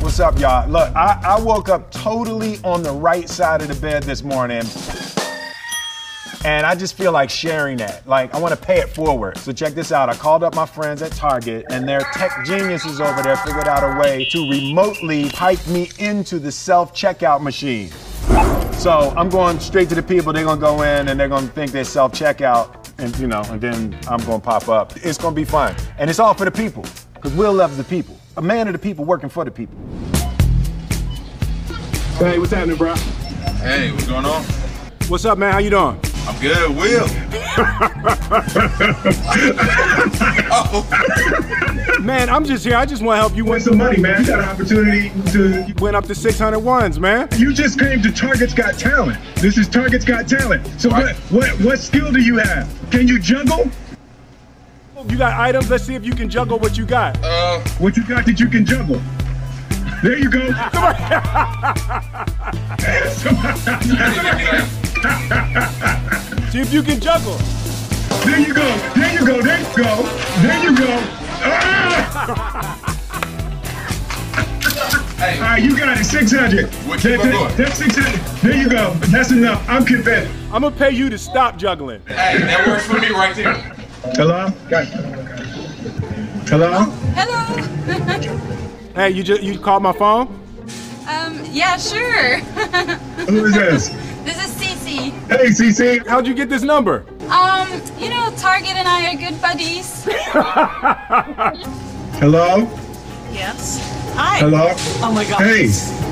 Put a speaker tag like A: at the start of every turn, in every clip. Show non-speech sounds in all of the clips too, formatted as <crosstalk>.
A: What's up, y'all? Look, I, I woke up totally on the right side of the bed this morning. And I just feel like sharing that. Like, I want to pay it forward. So, check this out. I called up my friends at Target, and their tech geniuses over there figured out a way to remotely pipe me into the self checkout machine. So, I'm going straight to the people. They're going to go in and they're going to think they're self checkout, and you know, and then I'm going to pop up. It's going to be fun. And it's all for the people, because Will loves the people. A man of the people working for the people. Hey, what's happening, bro?
B: Hey, what's going on?
A: What's up, man? How you doing?
B: I'm good. Will.
A: Man, I'm just here. I just want to help you win
C: Win some money, man. You got an opportunity to.
A: Went up to 600 ones, man.
C: You just came to Target's Got Talent. This is Target's Got Talent. So
B: Right.
C: what, what, what skill do you have? Can you juggle?
A: You got items. Let's see if you can juggle what you got.
B: Uh,
C: What you got that you can juggle? There you go.
A: See if you can juggle.
C: There you go. There you go. There you go. There you go. Ah! All
B: hey,
C: right, you got it. 600.
B: What you
C: That-
B: gonna
C: that-
B: do?
C: that's 600. There you go. That's enough. I'm convinced.
A: I'm gonna pay you to stop juggling.
B: hey, that works for me right there.
C: Hello? Hello?
D: Hello.
A: Hey, you just you called my phone?
D: um, yeah, sure. <laughs>
C: Who is this?
D: this is Cece.
C: Hey, CC.
A: How'd you get this number?
D: Um, you know, Target and I are good buddies.
C: Hello?
E: Yes. Hi.
C: Hello?
E: Oh my God.
C: Hey.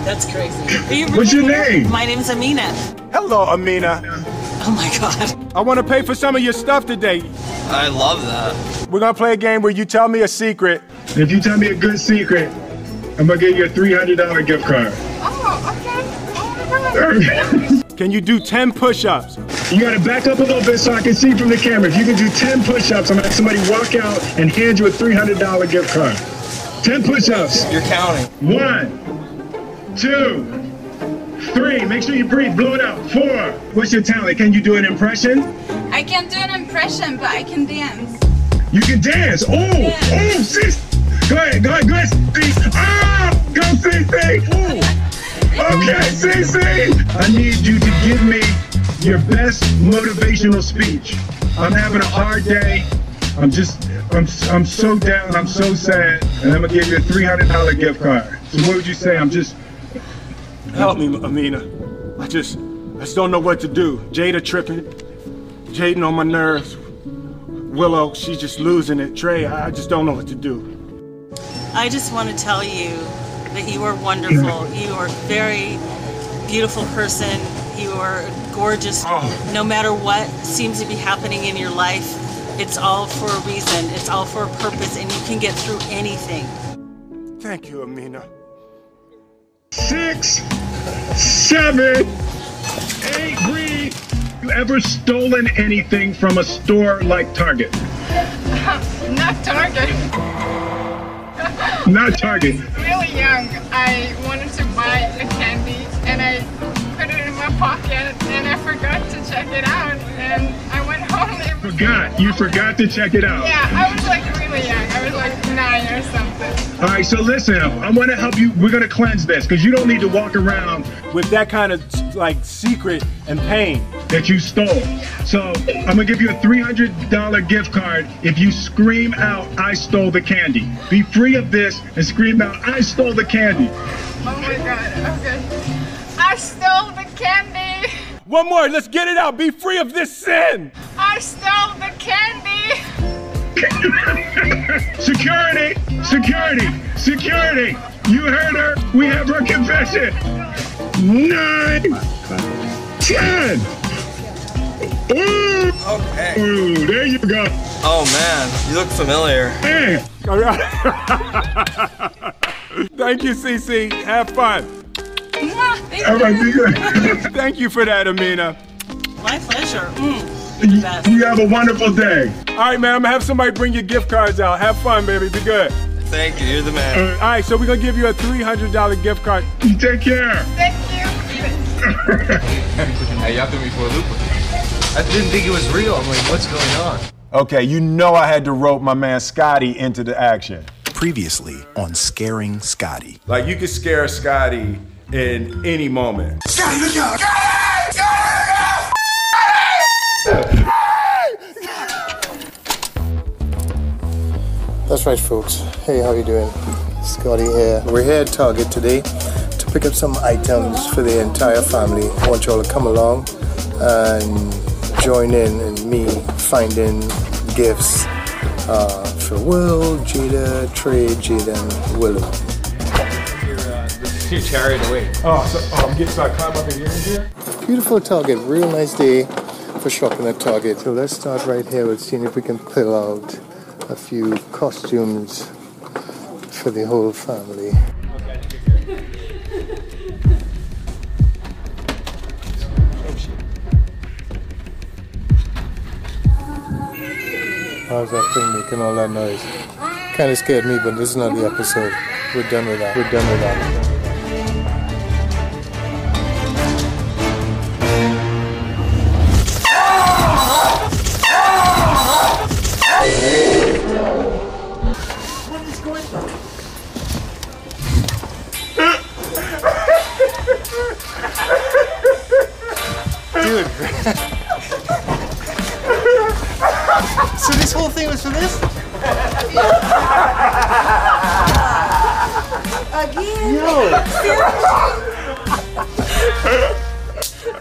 E: That's crazy. Are you
C: What's
E: really
C: your
E: here?
C: name?
E: My name's Amina.
A: Hello, Amina.
E: Oh my God.
A: I want to pay for some of your stuff today.
F: I love that.
A: We're gonna play a game where you tell me a secret.
C: If you tell me a good secret, I'm gonna give you a three hundred dollar gift card.
D: Oh, okay. Oh my God.
C: you
A: Can you do 10 push-ups?
C: gotta back up a little bit so I can see from the camera. If you can do ten push-ups, I'm gonna have somebody walk out and hand you a three hundred dollar gift card. Ten push-ups.
F: You're counting.
C: One, two, three. Make sure you breathe. Blow it out. Four. What's your talent? Can you do an impression?
D: I can't do an impression, but I can dance.
C: You can dance. Oh, oh, sis. Go ahead, go ahead, go ahead. sis. Ah, go, CC. Ooh. Okay, CC. I need you to give me your best motivational speech. I'm having a hard day. I'm just, I'm, I'm so down. I'm so sad. And I'm gonna give you a three hundred dollar gift card. So what would you say? I'm just.
A: Help me, Amina. I just I just don't know what to do. Jada tripping. Jaden on my nerves. Willow, she's just losing it. Trey, I I just don't know what to do.
E: I just want to tell you that you are wonderful. You are a very beautiful person. You are gorgeous.
C: Oh.
E: No matter what seems to be happening in your life, it's all for a reason. It's all for a purpose, and you can get through anything.
A: Thank you, Amina.
C: six, seven, eight. Breathe. You ever stolen anything from a store like Target?
G: Not Target.
C: Not Target.
G: Really young, I wanted to buy a candy and I put it in my pocket and I forgot to check it out and I went home. It was-
C: Forgot. You forgot to check it out.
G: Yeah, I was like really young. I was like nine or something.
C: All right, so listen, I want to help you. We're going to cleanse this because you don't need to walk around
A: With that kind of like secret and pain.
C: that you stole. So I'm going to give you a $300 gift card if you scream out, I stole the candy. Be free of this and scream out, I stole the candy.
G: Oh my god, okay. I stole the candy!
A: One more, let's get it out. Be free of this sin.
G: I stole the candy!
C: Security, security, security. You heard her. We have her confession. Nine, ten. Ooh,
F: Okay.
C: ooh, there you go.
F: Oh man, you look familiar.
C: Man.
A: All right. <laughs> Thank you, CC. Have fun.
D: Mwah, thank
C: All right,
D: you.
C: be
D: <laughs>
C: good.
A: Thank you for that, Amina.
E: My pleasure. Mm, you're the best.
C: You have a wonderful day.
A: All right, man, I'm gonna have somebody bring your gift cards out. Have fun, baby. Be good.
F: Thank you. You're the man.
A: All right, so we're gonna give you a $300 gift card.
C: You take care.
G: Thank you!
B: Hey, y'all threw me for a loop.
F: I didn't think it was real. I'm like, what's going on?
A: Okay, you know I had to rope my man Scotty into the action.
H: Previously on Scaring Scotty.
I: Like you could scare Scotty in any moment.
H: Scotty, look out!
J: That's right, folks. Hey, how you doing? Scotty here. We're here at Target today to pick up some items for the entire family. I want you all to come along and join in in me finding gifts uh, for Will, Jada, Trey, Jaden, Willow.
F: It's too charried away.
A: Oh, so oh, I'm getting so I climb up in here and here.
J: Beautiful Target. Real nice day for shopping at Target. So let's start right here with seeing if we can pull out a few costumes for the whole family. How's that thing making all that noise? Kind of scared me, but this is not the episode. We're done with that. We're done with that.
E: So this whole thing was for this? Again?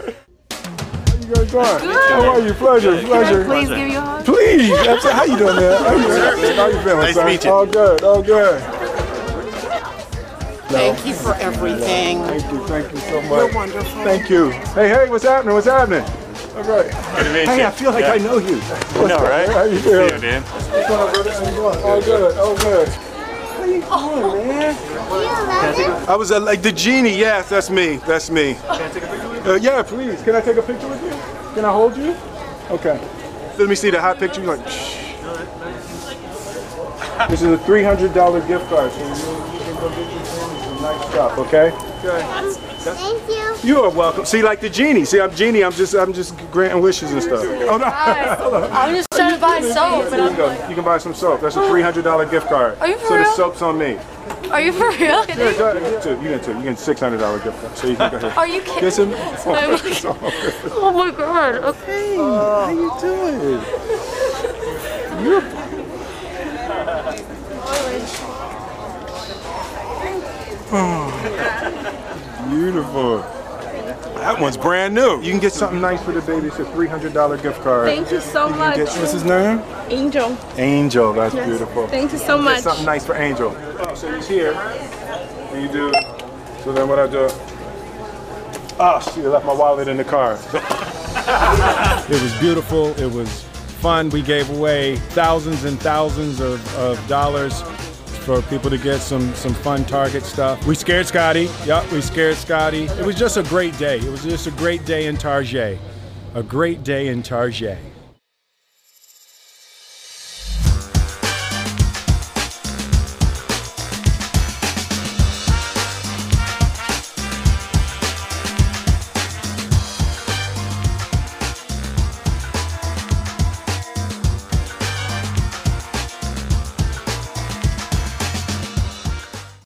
A: You guys are. How are you? Pleasure, pleasure.
D: Please give you a hug.
A: Please. That's- How you doing, man? How you doing? How you feeling,
F: Nice to
A: son?
F: meet you.
A: All good. All good.
K: Thank you for everything.
A: Thank you. Thank you so
K: You're
A: much.
K: wonderful.
A: Thank you. Hey, hey, what's happening? What's happening? All right. Hey, I feel like I know you. What's up,
F: right?
A: How you feeling?
F: man.
A: What's going on, brother? How you doing? All good. All good.
K: Oh,
I: I was uh, like the genie. Yes, that's me. That's me.
A: Uh, yeah, please. Can I take a picture with you? Can I hold you? Okay.
I: Let me see the hot picture. Like, shh.
A: This is a three hundred dollar gift card. So you, you can go get your family some nice stuff. Okay. Okay.
L: Thank you.
A: You are welcome. See, like the genie. See, I'm genie. I'm just, I'm just granting wishes and stuff. Oh no. Hold on.
L: I'm just trying to buy soap,
A: Here you, go. you can buy some soap. That's a three hundred dollar gift card.
L: Oh. Are you for
A: so the
L: real?
A: soap's on me.
L: Are you for real?
A: Yeah, go ahead. You too. You get two. You get six hundred dollar gift card. So you can go ahead.
L: Are you kidding? <laughs>
A: Get some. <laughs>
L: Oh my god. Okay.
A: Uh, How you doing? Oh,
I: Beautiful. That one's brand new.
A: You can get something nice for the baby. It's a three hundred dollar gift card.
K: Thank you so
A: You can
K: much,
A: get, what's his name?
K: Angel.
A: Angel. That's beautiful.
K: Thank you so
A: Get
K: much.
A: something nice for Angel. Oh, so he's here, and you do. So then what I do? Ah, shoot! I left my wallet in the car. <laughs> it was beautiful. It was fun. We gave away thousands and thousands of, of dollars for people to get some some fun Target stuff. We scared Scotty. Yup, we scared Scotty. It was just a great day. It was just a great day in Target. A great day in Target.